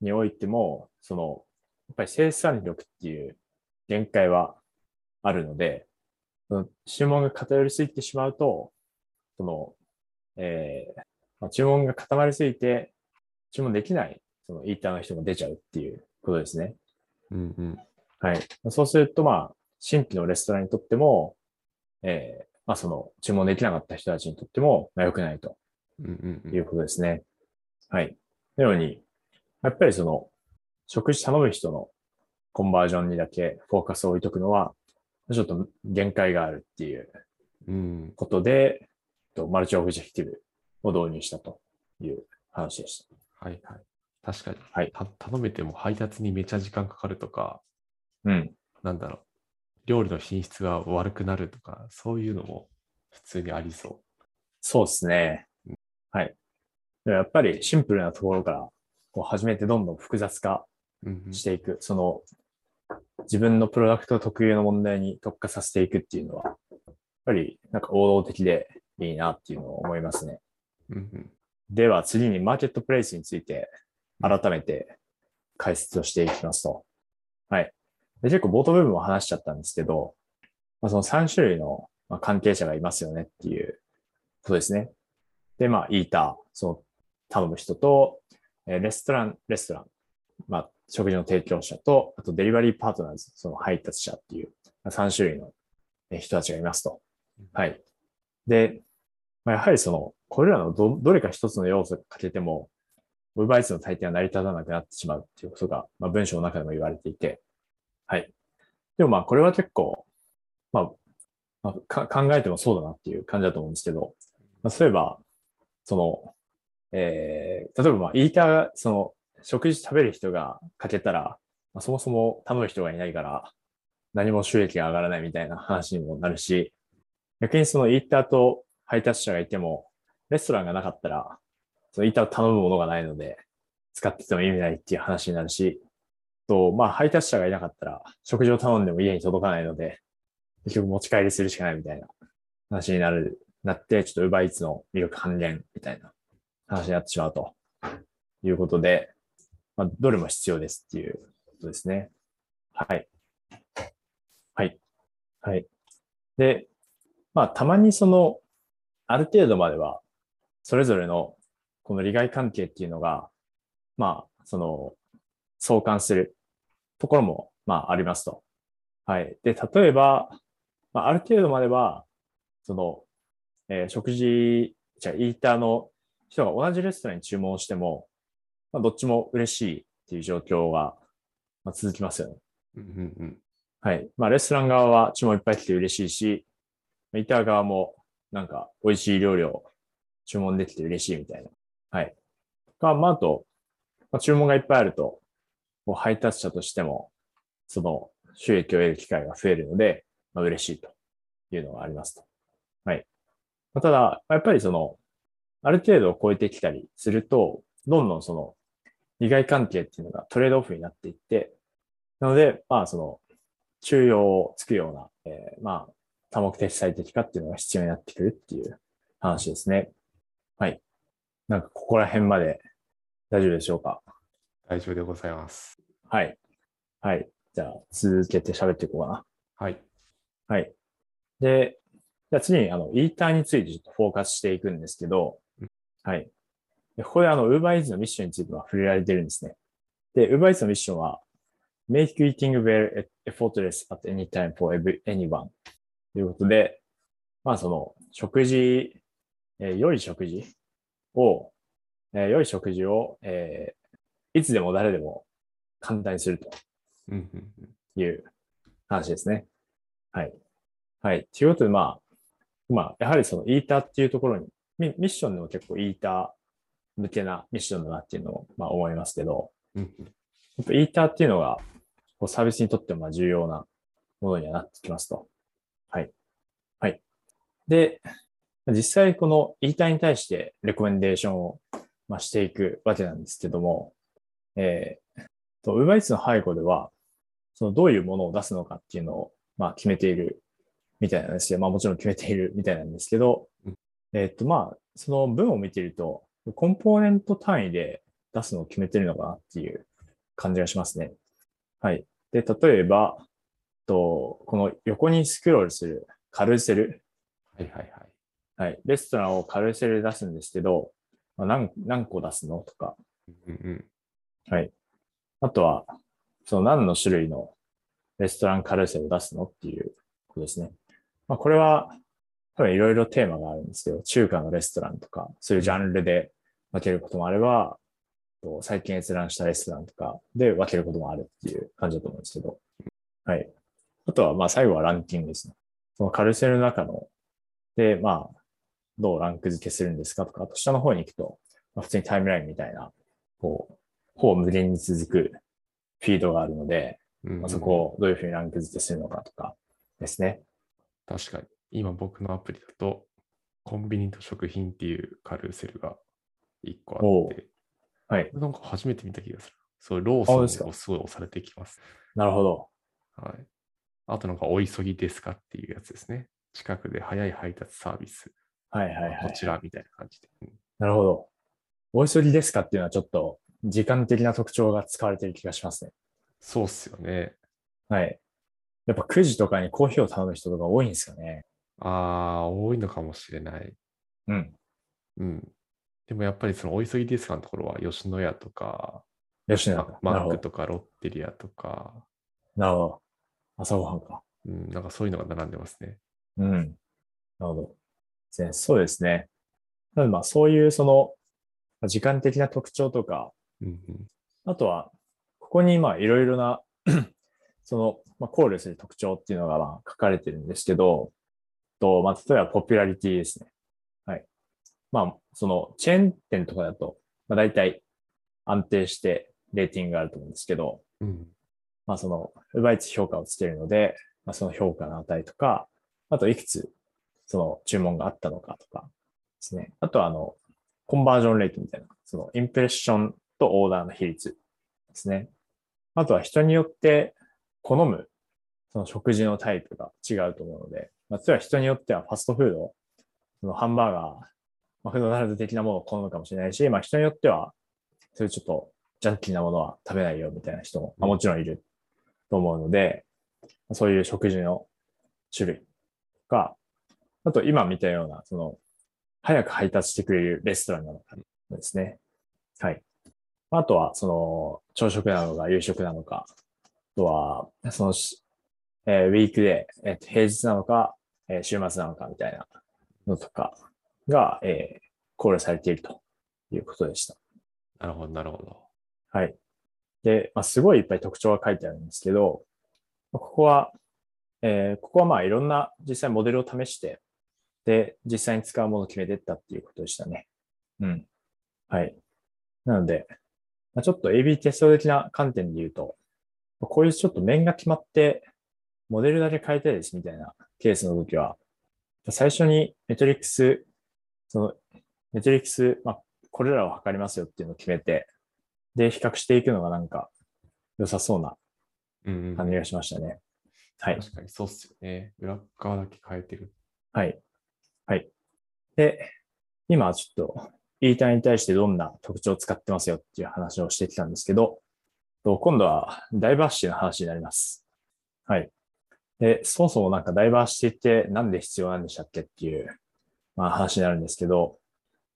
[SPEAKER 2] においても、その、やっぱり生産力っていう限界はあるので、その注文が偏りすぎてしまうと、その、えーまあ、注文が固まりすぎて、注文できない、そのイーターの人も出ちゃうっていうことですね。
[SPEAKER 1] うんうん
[SPEAKER 2] はい。そうすると、まあ、新規のレストランにとっても、えーまあその、注文できなかった人たちにとっても、まあ良くないと。
[SPEAKER 1] うんうんうん
[SPEAKER 2] いうことですね。はい。のように、やっぱりその、食事頼む人のコンバージョンにだけフォーカスを置いとくのは、ちょっと限界があるっていう
[SPEAKER 1] うん
[SPEAKER 2] ことで、とマルチオブジェクティブを導入したという話でし
[SPEAKER 1] はいはい。確かに、
[SPEAKER 2] はい
[SPEAKER 1] た頼めても配達にめちゃ時間かかるとか、
[SPEAKER 2] た。うん。
[SPEAKER 1] なんだろう、料理の品質が悪くなるとか、そういうのも普通にありそ
[SPEAKER 2] そうですね。はい。でもやっぱりシンプルなところからこう始めてどんどん複雑化
[SPEAKER 1] う。うんうん
[SPEAKER 2] していく、その自分のプロダクト特有の問題に特化させていくっていうのは、やっぱりなんか王道的でいいなっていうのを思いますね。
[SPEAKER 1] うんうん
[SPEAKER 2] では次にマーケットプレイスについて改めて解説をしていきますと。はい。で結構冒頭部分も話しちゃったんですけど、まあ、その3種類のまあ関係者がいますよねっていうことですね。で、まあ、イーター、その頼む人と、えーレストラン、レストラン、まあ、食事の提供者と、あとデリバリーパートナーズ、その配達者っていうまあ3種類のえー人たちがいますと。はい。で、まあ、やはりその、これらのどどれか一つの要素が欠けても、Uber の体験は成り立たなくなってしまうっていうことが、まあ、文章の中でも言われていて、はい。でもまあ、これは結構、まあ、まあか考えてもそうだなっていう感じだと思うんですけど、まあ、そういえば、その、えー、例えばまあ、イーター、その、食事食べる人が欠けたら、まあ、そもそも頼む人がいないから、何も収益が上がらないみたいな話にもなるし、逆にそのイーターと配達者がいても、レストランがなかったら、そのイーターを頼むものがないので、使ってても意味ないっていう話になるし、と、まあ配達者がいなかったら、食事を頼んでも家に届かないので、結局持ち帰りするしかないみたいな話になる、なって、ちょっと Uber Eats の魅力半減みたいな話になってしまうということで、まあ、どれも必要ですっていうことですね。はい。はい。はい。で、まあ、たまにその、ある程度までは、それぞれの、この利害関係っていうのが、まあ、その、相関するところも、まあ、ありますと。はい。で、例えば、まあ、ある程度までは、その、えー食事、じゃあイーターの人が同じレストランに注文しても、まあ、どっちも嬉しいっていう状況が、まあ、続きますよね。
[SPEAKER 1] うんうんうん。
[SPEAKER 2] はい。まあ、レストラン側は注文いっぱい来て嬉しいし、まあイーター側もなんか美味しい料理を注文できて嬉しいみたいな。はい。か、まあ、あと、まあ、注文がいっぱいあると、こう配達者としても、その収益を得る機会が増えるので、まあ、嬉しいというのがありますと。はい。まあ、ただ、まあやっぱりその、ある程度を超えてきたりすると、どんどんその、利害関係っていうのがトレードオフになっていって、なので、まあ、その、中庸をつくような、えーまあ、多目的最適化っていうのが必要になってくるっていう話ですね。はい。なんか、ここら辺まで大丈夫でしょうか
[SPEAKER 1] 大丈夫でございます。
[SPEAKER 2] はい。はい。じゃあ、続けて喋っていこうか
[SPEAKER 1] はい。
[SPEAKER 2] な。はい。で、じゃあ次に、あの、イーターについてちょっとフォーカスしていくんですけど
[SPEAKER 1] う、
[SPEAKER 2] はい。でここで、あの、UberEats のミッションについては触れられてるんですね。で、UberEats のミッションは、Make eating well effortless at any time for every, anyone ということで、まあ、その、食事、えー良い食事を、えー良い食事を、えーいつでも誰でも簡単にすると。
[SPEAKER 1] うんうんうん。
[SPEAKER 2] いう話ですね。はい。はい。ということで、まあ、まあ、やはりそのイーターっていうところに、ミミッションでも結構イーター向けなミッションだなっていうのを、まあ、思いますけど、
[SPEAKER 1] うんうん
[SPEAKER 2] やっぱイーターっていうのが、こうサービスにとってもまあ重要なものにはなってきますと。はい。はい。で、実際このイーターに対してレコメンデーションを、まあ、していくわけなんですけども、えー、と、UberEats の背後では、そのどういうものを出すのかっていうのを、まあ、決めているみたいなんですけど、まあもちろん決めているみたいなんですけど
[SPEAKER 1] うん、
[SPEAKER 2] えっ、とまあ、その文を見ていると、コンポーネント単位で出すのを決めてるのかなっていう感じがしますね。はい。で、例えば、とこの横にスクロールするカルーセル。
[SPEAKER 1] はいはいはい。
[SPEAKER 2] はい。レストランをカルーセルで出すんですけど、まあ、何何個出すのとか、
[SPEAKER 1] うんうん。
[SPEAKER 2] あとは、その何の種類のレストランカルーセルを出すのっていうことですね。まあ、これは、多分いろいろテーマがあるんですけど、中華のレストランとか、そういうジャンルで分けることもあれば、と最近閲覧したレストランとかで分けることもあるっていう感じだと思うんですけど。はい。あとは、まあ最後はランキングですね。そのカルーセルの中の、で、まあ、どうランク付けするんですかとか、あと下の方に行くと、まあ、普通にタイムラインみたいな、こう、ほぼ無限に続くフィードがあるので、
[SPEAKER 1] うんうん
[SPEAKER 2] まあ、そこをどういうふうにランク付けするのかとかですね。
[SPEAKER 1] 確かに。今僕のアプリだと、コンビニと食品っていうカルーセルが1個あって、
[SPEAKER 2] おうはい。
[SPEAKER 1] なんか初めて見た気がする。そう、ロー
[SPEAKER 2] あそうです
[SPEAKER 1] ソン
[SPEAKER 2] か
[SPEAKER 1] をすごい押されてきます。
[SPEAKER 2] なるほど。
[SPEAKER 1] はい。あとなんか、お急ぎですかっていうやつですね。近くで早い配達サービス、
[SPEAKER 2] はいはいは
[SPEAKER 1] こ
[SPEAKER 2] い。
[SPEAKER 1] ちらみたいな感じで。うん
[SPEAKER 2] なるほど。お急ぎですかっていうのはちょっと時間的な特徴が使われてる気がしますね。
[SPEAKER 1] そうっすよね。
[SPEAKER 2] はい。やっぱ9時とかにコーヒーを頼む人とか多いんですかね。
[SPEAKER 1] ああ、多いのかもしれない。
[SPEAKER 2] うん。
[SPEAKER 1] うん。でもやっぱりそのお急ぎですかのところは、吉野家とか、
[SPEAKER 2] 吉野家
[SPEAKER 1] マ。マ
[SPEAKER 2] なる
[SPEAKER 1] ッ
[SPEAKER 2] ほ
[SPEAKER 1] ク
[SPEAKER 2] ど。
[SPEAKER 1] とかロッテリアとか、
[SPEAKER 2] なるほど。朝ごはんか。
[SPEAKER 1] うん、なんかそういうのが並んでますね。
[SPEAKER 2] うん。なるほど。ですねそうですね。なのでまあそういうそのまあ時間的な特徴とか、
[SPEAKER 1] うんうん、
[SPEAKER 2] あとは、ここにまあいろいろな その、まあ、考慮する特徴っていうのがまあ書かれてるんですけど、とまあ、例えばポピュラリティですね。はい。まあ、そのチェーン店とかだと、まあ、大体安定してレーティングがあると思うんですけど、
[SPEAKER 1] うん、
[SPEAKER 2] まあ、その、奪いつ評価をつけるので、まあ、その評価の値とか、あと、いくつ、その、注文があったのかとかですね。あとは、あの、コンバージョンレートみたいな、その、インプレッションとオーダーの比率ですね。あとは、人によって好む、その食事のタイプが違うと思うので、まあ、例えば人によってはファストフード、そのハンバーガー、マクドナルド的なものを好むかもしれないし、まあ、人によっては、そういうちょっと、ジャンキーなものは食べないよみたいな人も、まあ、もちろんいると思うので、そういう食事の種類とか、あと今見たような、その、早く配達してくれるレストランなのかですね。はい。あとは、その、朝食なのか、夕食なのか、あとは、そのし、えーウィークデー、えーと平日なのか、えー週末なのかみたいなのとかが、えー考慮されているということでした。
[SPEAKER 1] なるほど、なるほど。
[SPEAKER 2] はい。で、まあ、すごいいっぱい特徴が書いてあるんですけど、まあここは、えーここはまあいろんな実際モデルを試して、で、実際に使うものを決めていったっていうことでしたね。うん。はい。なので、まあ、ちょっと AB テスト的な観点で言うと、まあこういうちょっと面が決まって、モデルだけ変えたいですみたいなケースの時は、最初にメトリックス、そのメトリックス、まあ、これらを測りますよっていうのを決めて、で、比較していくのがなんか良さそうな
[SPEAKER 1] うんうん、
[SPEAKER 2] 感じがしましたね。はい。
[SPEAKER 1] 確かにそうっすよね。裏側だけ変えてる。
[SPEAKER 2] はい。はい。で、今ちょっと、イーターに対してどんな特徴を使ってますよっていう話をしてきたんですけど、と今度はダイバーシティの話になります。はい。で、そもそもなんかダイバーシティってなんで必要なんでしたっけっていう、まあ、話になるんですけど、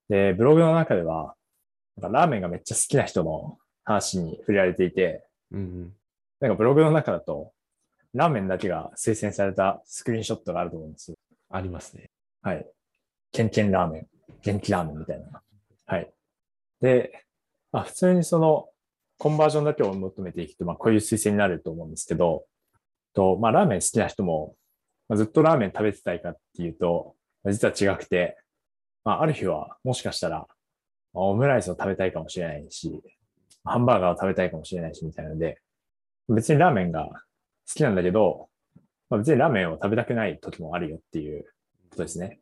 [SPEAKER 2] で、ブログの中では、なんかラーメンがめっちゃ好きな人の話に触れられていて、
[SPEAKER 1] うんうん、
[SPEAKER 2] なんかブログの中だと、ラーメンだけが推薦されたスクリーンショットがあると思うんですよ
[SPEAKER 1] ありますね。
[SPEAKER 2] はい。ケンケンラーメン、元気ラーメンみたいな。はい。で、まあ、普通にその、コンバージョンだけを求めていくと、まあ、こういう推薦になると思うんですけど、と、まあ、ラーメン好きな人も、まあ、ずっとラーメン食べてたいかっていうと、まあ実は違くて、まあ、ある日は、もしかしたら、まあオムライスを食べたいかもしれないし、ハンバーガーを食べたいかもしれないし、みたいなので、別にラーメンが好きなんだけど、まあ、別にラーメンを食べたくない時もあるよっていうことですね。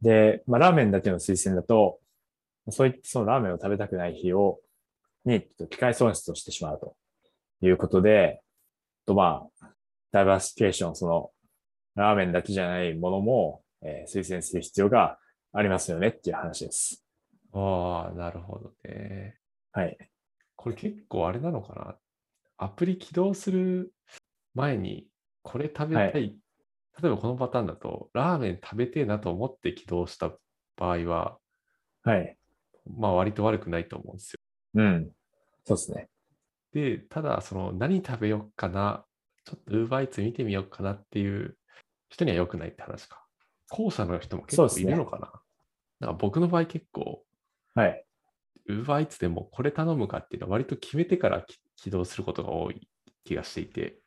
[SPEAKER 2] で、まあ、ラーメンだけの推薦だと、そういったそのラーメンを食べたくない日を、に、ちょっと機械損失をしてしまうということで、とまあ、ダイバーシフィケーション、その、ラーメンだけじゃないものも、えー推薦する必要がありますよねっていう話です。
[SPEAKER 1] ああ、なるほどね。
[SPEAKER 2] はい。
[SPEAKER 1] これ結構あれなのかなアプリ起動する前にこれ食べたい、
[SPEAKER 2] は
[SPEAKER 1] 例えばこのパターンだとラーメン食べてえなと思って起動した場合は
[SPEAKER 2] はい。
[SPEAKER 1] まあ割と悪くないと思うんですよ。
[SPEAKER 2] うん。そうですね。
[SPEAKER 1] で、ただその何食べようかな、ちょっと UberEats 見てみようかなっていう人には良くないって話か。後者の人も結
[SPEAKER 2] そう
[SPEAKER 1] 構
[SPEAKER 2] で
[SPEAKER 1] い
[SPEAKER 2] すね
[SPEAKER 1] るのかな、なんか僕の場合結構
[SPEAKER 2] はい。
[SPEAKER 1] UberEats でもこれ頼むかっていうのは割と決めてからき起動することが多い気がしていて。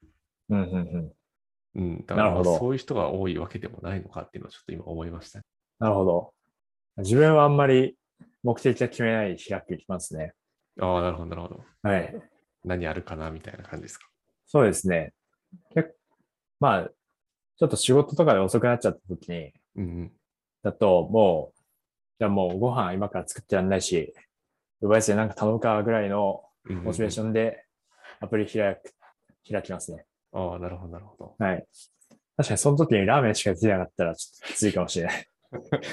[SPEAKER 2] うん、うん、うん。
[SPEAKER 1] うん、だから
[SPEAKER 2] な
[SPEAKER 1] ま
[SPEAKER 2] るほ
[SPEAKER 1] あ
[SPEAKER 2] ど
[SPEAKER 1] そういう人が多いわけでもないのかっていうのはちょっと今思いましたね。
[SPEAKER 2] なるほど。自分はあんまり目的は決めない日が来ますね。
[SPEAKER 1] ああ、なるほど、なるほど。
[SPEAKER 2] はい。
[SPEAKER 1] 何あるかなみたいな感じですか。
[SPEAKER 2] そうですね。結まあ、ちょっと仕事とかで遅くなっちゃった時に、
[SPEAKER 1] うんうん。
[SPEAKER 2] だともう、じゃあもうご飯今から作ってやんないし、奪いつでなんか頼むかぐらいの
[SPEAKER 1] うんうんうん
[SPEAKER 2] モチベーションでアプリ開く、開きますね。
[SPEAKER 1] ああ、なるほど、なるほど。
[SPEAKER 2] はい。確かにその時にラーメンしか出てなかったらちょっときついかもしれない。
[SPEAKER 1] 確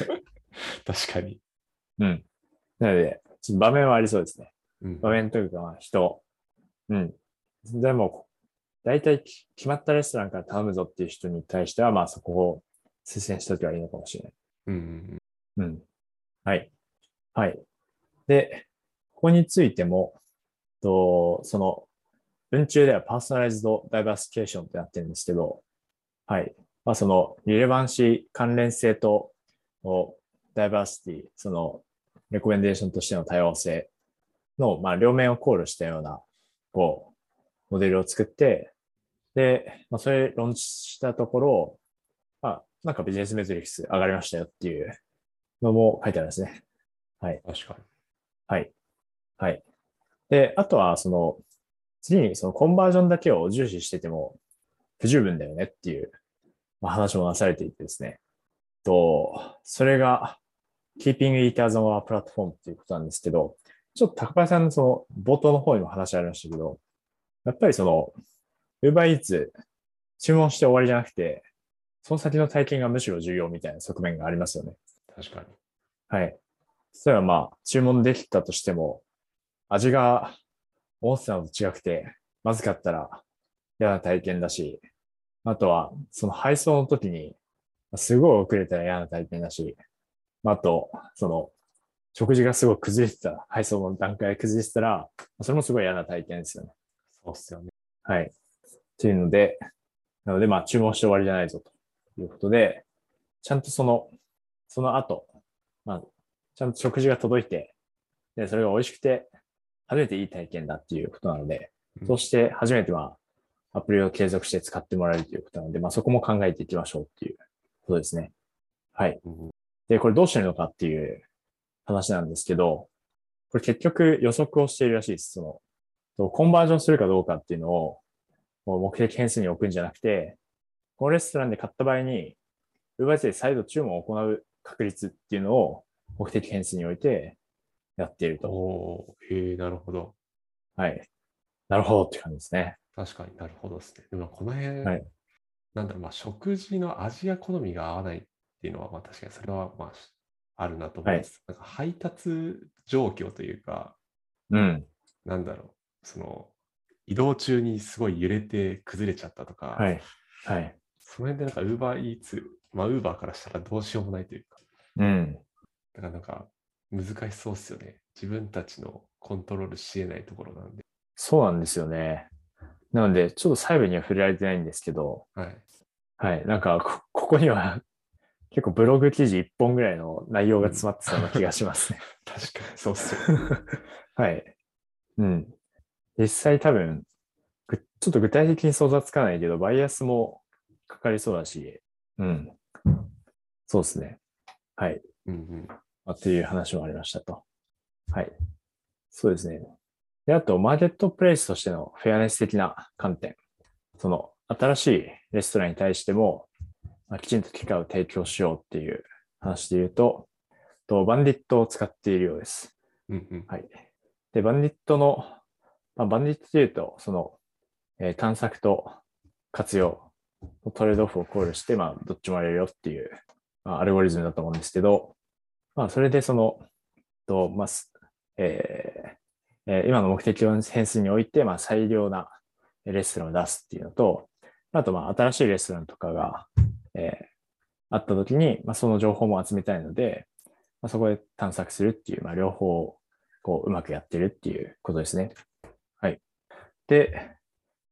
[SPEAKER 1] かに。
[SPEAKER 2] うん。なので、ちょっと場面はありそうですね。
[SPEAKER 1] うん
[SPEAKER 2] 場面というか、まあ、人。うん。でも、大体き決まったレストランから頼むぞっていう人に対しては、まあそこを推薦しておけばいいのかもしれない。
[SPEAKER 1] うんうん
[SPEAKER 2] うん。はい。はい。で、ここについても、とその、文中ではパーソナライズドダイバーシフィケーションってなってるんですけど、はい。まあその、リレバンシー、関連性と、おダイバーシティ、その、レコメンデーションとしての多様性の、まあ、両面を考慮したような、こう、モデルを作って、で、まあ、それ論知したところ、まあ、なんかビジネスメトリックス上がりましたよっていうのも書いてあるんですね。
[SPEAKER 1] うん。確かに。
[SPEAKER 2] はい。はい。で、あとは、その、次にそのコンバージョンだけを重視してても不十分だよねっていう、まあ、話もなされていてですね。と、それが、Keeping Eaters on our Platform っていうことなんですけど、ちょっと高林さんのその冒頭の方にも話ありましたけど、やっぱりその、UberEats 注文して終わりじゃなくて、その先の体験がむしろ重要みたいな側面がありますよね。
[SPEAKER 1] 確かに。
[SPEAKER 2] はい。例えばまあ、注文できたとしても、味が思ってたのと違くて、まずかったら嫌な体験だし、あとは、その配送の時に、すごい遅れたら嫌な体験だし、まああと、その、食事がすごい崩れてた、配送の段階で崩れてたら、それもすごい嫌な体験ですよね。
[SPEAKER 1] そうっすよね。
[SPEAKER 2] はい。っていうので、なので、まあ、注文して終わりじゃないぞ、ということで、ちゃんとその、その後、まあ、ちゃんと食事が届いて、で、それが美味しくて、初めていい体験だっていうことなので、
[SPEAKER 1] うん
[SPEAKER 2] そうして初めてまあ、アプリを継続して使ってもらえるということなので、まあ、そこも考えていきましょうっていうことですね。はい。
[SPEAKER 1] うん
[SPEAKER 2] で、これどうしてるのかっていう話なんですけど、これ結局予測をしているらしいです。そのそう、コンバージョンするかどうかっていうのを、もう目的変数に置くんじゃなくて、このレストランで買った場合に、Uber Eats で再度注文を行う確率っていうのを目的変数に置いてやっていると。
[SPEAKER 1] おー、へえなるほど。
[SPEAKER 2] はい。なるほどって感じですね。
[SPEAKER 1] 確かになるほどですね。でもこの辺、
[SPEAKER 2] はい
[SPEAKER 1] なんだろう、まあ、食事の味や好みが合わないっていうのは、まあ、確かにそれは、まあ、しあるなと思います。なんか配達状況というか、
[SPEAKER 2] うん。
[SPEAKER 1] なんだろう、その移動中にすごい揺れて崩れちゃったとか、
[SPEAKER 2] はい。はい。
[SPEAKER 1] その辺でなんか Uber Eats、まあ、Uber からしたらどうしようもないというか、
[SPEAKER 2] うん。
[SPEAKER 1] だからなんか難しそうですよね。自分たちのコントロールしえないところなんで。
[SPEAKER 2] そうなんですよね。なので、ちょっと細部には触れられてないんですけど、
[SPEAKER 1] はい。
[SPEAKER 2] はい。なんかこ、 ここには結構ブログ記事1本ぐらいの内容が詰まってそうな気がしますね。
[SPEAKER 1] 確かにそうっすよね。
[SPEAKER 2] はい。うん。実際多分、ぐちょっと具体的に想像はつかないけど、バイアスもかかりそうだし、うん。そうですね。はい。
[SPEAKER 1] うんうん。
[SPEAKER 2] まあっていう話もありましたと。はい。そうですね。で、あと、マーケットプレイスとしてのフェアネス的な観点。その、新しいレストランに対しても、まあ、きちんと機会を提供しようっていう話で言うと、とバンディットを使っているようです。
[SPEAKER 1] うんうん。
[SPEAKER 2] はい。で、バンディットの、まあ、バンディットというと、その、えー探索と活用のトレードオフを考慮して、まあ、どっちもやれるよっていう、まあ、アルゴリズムだと思うんですけど、まあ、それでその、と、まあ、すえーえー今の目的を変数において、まあ、最良なレストランを出すっていうのと、あと、まあ、新しいレストランとかが、えーあった時に、まあ、その情報も集めたいので、まあ、そこで探索するっていう、まあ、両方こう、うまくやってるっていうことですね。はい。で、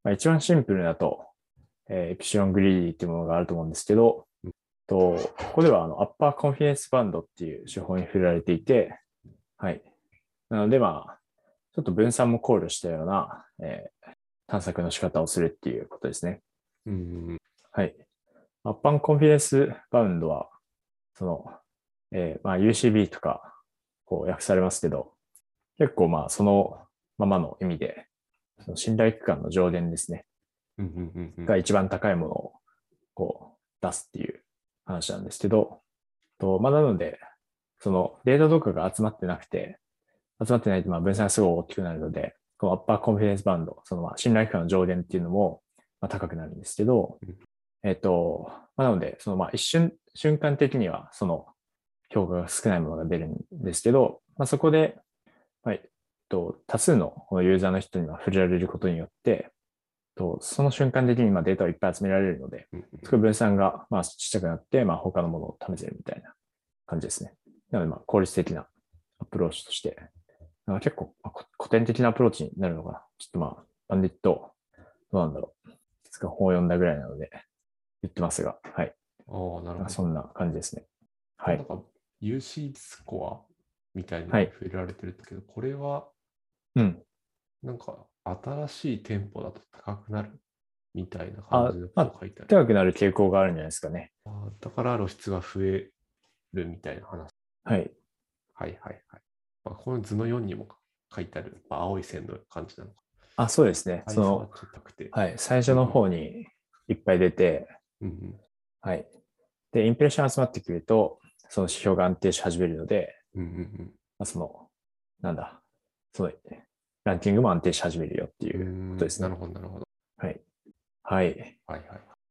[SPEAKER 2] まあ、一番シンプルだと、えーエプシロングリーディっていうものがあると思うんですけど、とここではあのアッパーコンフィデンスバンドっていう手法に触れられていて、はい。なので、まあ、ちょっと分散も考慮したような、えー探索の仕方をするっていうことですね。
[SPEAKER 1] うんうん
[SPEAKER 2] はい。アッパンコンフィデンスバウンドは、その、えーまあ、UCB とか、こう訳されますけど、結構まあそのままの意味で、その信頼区間の上限ですね、
[SPEAKER 1] うんうんうんうん。
[SPEAKER 2] が一番高いものをこう出すっていう話なんですけど、とまあ、なので、そのデータとかが集まってなくて、集まってないとまあ分散がすごい大きくなるので、このアッパーコンフィデンスバンド、そのまあ信頼区間の上限っていうのもまあ高くなるんですけど
[SPEAKER 1] うん、
[SPEAKER 2] えっ、と、まあ、なので、そのまあ一瞬、瞬間的にはその評価が少ないものが出るんですけど、まあ、そこで、はい、と多数のこのユーザーの人には触れられることによって、とその瞬間的にまあデータをいっぱい集められるので、
[SPEAKER 1] うんうん
[SPEAKER 2] そこで分散が、まあ、ちっちゃくなって、まあ、他のものを試せるみたいな感じですね。なので、まあ、効率的なアプローチとして、なんか結構、まあこ古典的なアプローチになるのかな。ちょっとまあ、バンディット、どうなんだろう。いつか本を読んだぐらいなので、言ってますが、はい。
[SPEAKER 1] ああ、なるほ
[SPEAKER 2] なんか
[SPEAKER 1] ど。
[SPEAKER 2] そんな感じですね。はい
[SPEAKER 1] なん。か UC スコアみたいに
[SPEAKER 2] は
[SPEAKER 1] 触
[SPEAKER 2] い
[SPEAKER 1] れられてるけど、これは
[SPEAKER 2] うん。
[SPEAKER 1] なんか新しい店舗だと高くなるみたいな
[SPEAKER 2] あ
[SPEAKER 1] 感じのことを書いてある。
[SPEAKER 2] 高くなる傾向があるんじゃないですかね。
[SPEAKER 1] あーだから露出が増えるみたいな話。
[SPEAKER 2] はい。
[SPEAKER 1] はいはいはい。まあ、この図の4にも書いてある、まあ、青い線の感じなのか。
[SPEAKER 2] あ、そうですね。
[SPEAKER 1] サ
[SPEAKER 2] そ
[SPEAKER 1] イズ
[SPEAKER 2] の、
[SPEAKER 1] がちっちゃくて。
[SPEAKER 2] はい。最初の方にいっぱい出て、
[SPEAKER 1] うんうん
[SPEAKER 2] はい。で、インプレッション集まってくると、その指標が安定し始めるので、
[SPEAKER 1] うんうん
[SPEAKER 2] まあ、その、なんだ、その、ランキングも安定し始めるよって
[SPEAKER 1] う
[SPEAKER 2] い
[SPEAKER 1] んうー
[SPEAKER 2] う。こ
[SPEAKER 1] ん
[SPEAKER 2] とですね
[SPEAKER 1] なるほどなるほど。
[SPEAKER 2] はい。はい。
[SPEAKER 1] はいはい。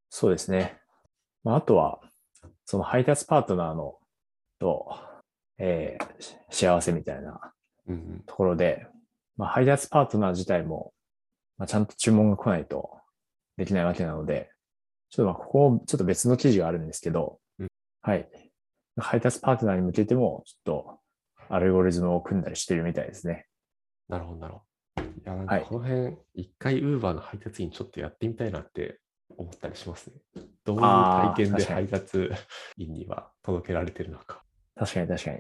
[SPEAKER 2] そうですね。まあ、あとは、その配達パートナーの、と、えーし幸せみたいな
[SPEAKER 1] うんうん
[SPEAKER 2] ところで、まあ、配達パートナー自体も、まあ、ちゃんと注文が来ないとできないわけなので、ちょっとまあ、ここもちょっと別の記事があるんですけど、
[SPEAKER 1] うん
[SPEAKER 2] はい。配達パートナーに向けても、ちょっとアルゴリズムを組んだりしてるみたいですね。
[SPEAKER 1] なるほど、なるほど。いや、なん
[SPEAKER 2] は
[SPEAKER 1] か
[SPEAKER 2] い
[SPEAKER 1] この辺、一回 Uber の配達員ちょっとやってみたいなって思ったりしますね。どういう
[SPEAKER 2] あー
[SPEAKER 1] 体験で
[SPEAKER 2] 確か
[SPEAKER 1] 配
[SPEAKER 2] に
[SPEAKER 1] 達員には届けられてるのか。
[SPEAKER 2] 確かに確かに。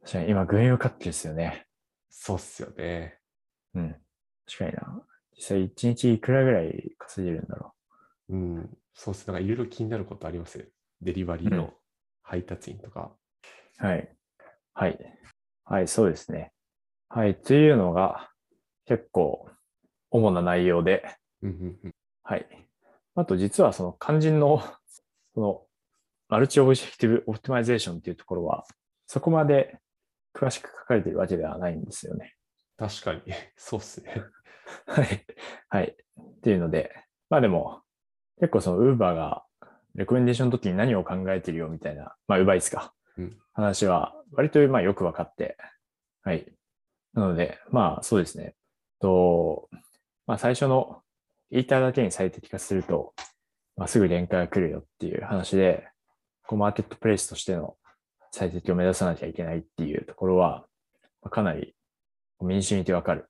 [SPEAKER 2] 確かに、今、群雄割拠ですよね。
[SPEAKER 1] そうっすよね。
[SPEAKER 2] うん。確かにな。実際、1日いくらぐらい稼いでるんだろ
[SPEAKER 1] うん、そうっす。なんかいろいろ気になることありますよ。デリバリー
[SPEAKER 2] うん
[SPEAKER 1] の配達員とか。
[SPEAKER 2] う。はい。はい。はい、そうですね。はい。というのが、結構、主な内容で、
[SPEAKER 1] うんうんうん。
[SPEAKER 2] はい。あと、実はその肝心の、 その、マルチオブジェクティブオプティマイゼーションっていうところは、そこまで詳しく書かれているわけではないんですよね。
[SPEAKER 1] 確かに、 そうっすね。
[SPEAKER 2] はい。はい。っていうので、まあでも、結構その Uber が、レコメンデーションの時に何を考えてるよみたいな、まあ Uber いつか、
[SPEAKER 1] うん
[SPEAKER 2] 話は、割とまあよく分かって、はい。なので、まあそうですね。と、まあ最初のイーターだけに最適化すると、まあすぐ限界が来るよっていう話で、こうマーケットプレイスとしての最適を目指さなきゃいけないっていうところは、まあかなり身に染みてわかる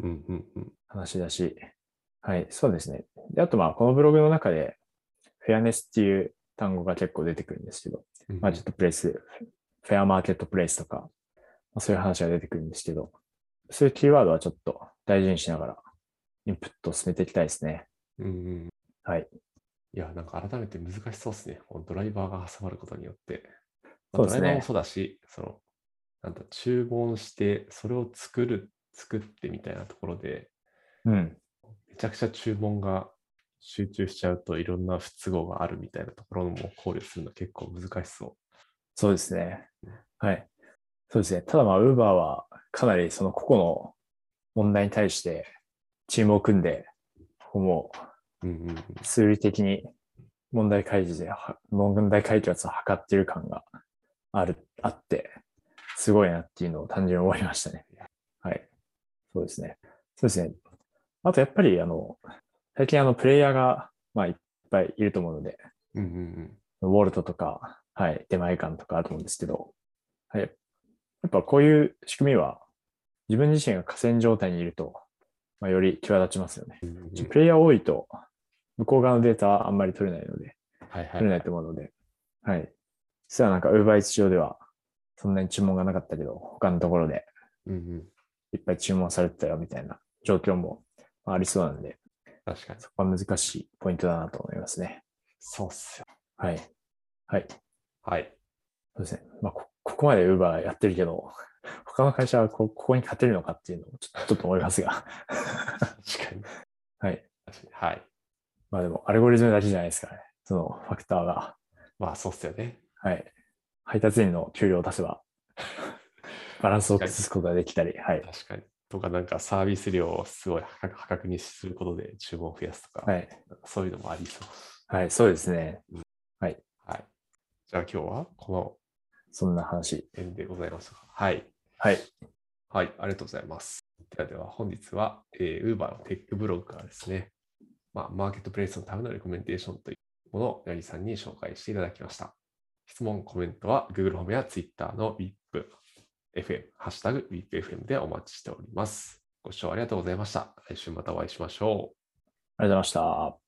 [SPEAKER 1] うんうんうん。
[SPEAKER 2] 話だし、はい、そうですね。で、あとまあ、このブログの中で、フェアネスっていう単語が結構出てくるんですけど、
[SPEAKER 1] うん
[SPEAKER 2] マーケットプレイス、フェアマーケットプレイスとか、まあそういう話が出てくるんですけど、そういうキーワードはちょっと大事にしながら、インプットを進めていきたいですね。
[SPEAKER 1] うんうん。
[SPEAKER 2] はい。
[SPEAKER 1] いや、なんか改めて難しそうですね。このドライバーが挟まることによって。ま
[SPEAKER 2] そ
[SPEAKER 1] あ
[SPEAKER 2] うですね
[SPEAKER 1] ドライバーもそうだし、その、なんだ、注文して、それを作る、作ってみたいなところで、
[SPEAKER 2] うん。
[SPEAKER 1] めちゃくちゃ注文が集中しちゃうといろんな不都合があるみたいなところも考慮するの結構難しそ
[SPEAKER 2] そうですね。はい。そうですね。ただまあ、Uber はかなりその個々の問題に対してチームを組んで、ここも
[SPEAKER 1] う。うんうんうん、
[SPEAKER 2] 数理的に問題解決で、は問題解決を図っている感がある、あって、すごいなっていうのを単純に思いましたね。はい。そうですね。そうですね。あとやっぱり、あの、最近あの、プレイヤーが、まあ、いっぱいいると思うので、
[SPEAKER 1] うんうんうん。
[SPEAKER 2] ウォルトとか、はい、出前館とかあると思うんですけど、はい。やっぱこういう仕組みは、自分自身が河川状態にいると、まあ、より際立ちますよね。
[SPEAKER 1] うんうんうん
[SPEAKER 2] プレイヤー多いと、向こう側のデータはあんまり取れないので、
[SPEAKER 1] はいは
[SPEAKER 2] 取れない
[SPEAKER 1] い。
[SPEAKER 2] と思うので、はい。実はなんか Uber Eats 上では、そんなに注文がなかったけど、他のところで
[SPEAKER 1] うんうん、
[SPEAKER 2] いっぱい注文されてたよみたいな状況もまあありそうなので、
[SPEAKER 1] 確かに。
[SPEAKER 2] そこは難しいポイントだなと思いますね。
[SPEAKER 1] そうっすよ。
[SPEAKER 2] はい。はい。
[SPEAKER 1] はい。
[SPEAKER 2] そうですね。まあ、こここまで Uber やってるけど、 他の会社はこここに勝てるのかっていうのをちょちょっと思いますが、
[SPEAKER 1] 確かに。
[SPEAKER 2] はい。
[SPEAKER 1] 確かに。はい。
[SPEAKER 2] まあでも、アルゴリズムだけじゃないですからね。そのファクターが。
[SPEAKER 1] まあそうっすよね。
[SPEAKER 2] はい。配達員の給料を出せば、 バランスを崩すことができたり、はい。
[SPEAKER 1] 確かに。とか、なんかサービス量をすごい破格破格にすることで注文を増やすとか、
[SPEAKER 2] はい。
[SPEAKER 1] なんかそういうのもありそう。
[SPEAKER 2] はい、そうですね。
[SPEAKER 1] はい。じゃあ今日はこの
[SPEAKER 2] そんな話。
[SPEAKER 1] 辺でございますが。はい。
[SPEAKER 2] はい。
[SPEAKER 1] はい、ありがとうございます。ではでは本日は、えー、Uber のテックブログからですね、まあ、マーケットプレイスのためのレコメンテーションというものを八木さんに紹介していただきました。質問、コメントは Google ホームや Twitter の WIPFM、ハッシュタグ WIPFM でお待ちしております。ご視聴ありがとうございました。来週またお会いしましょう。
[SPEAKER 2] ありがとうございました。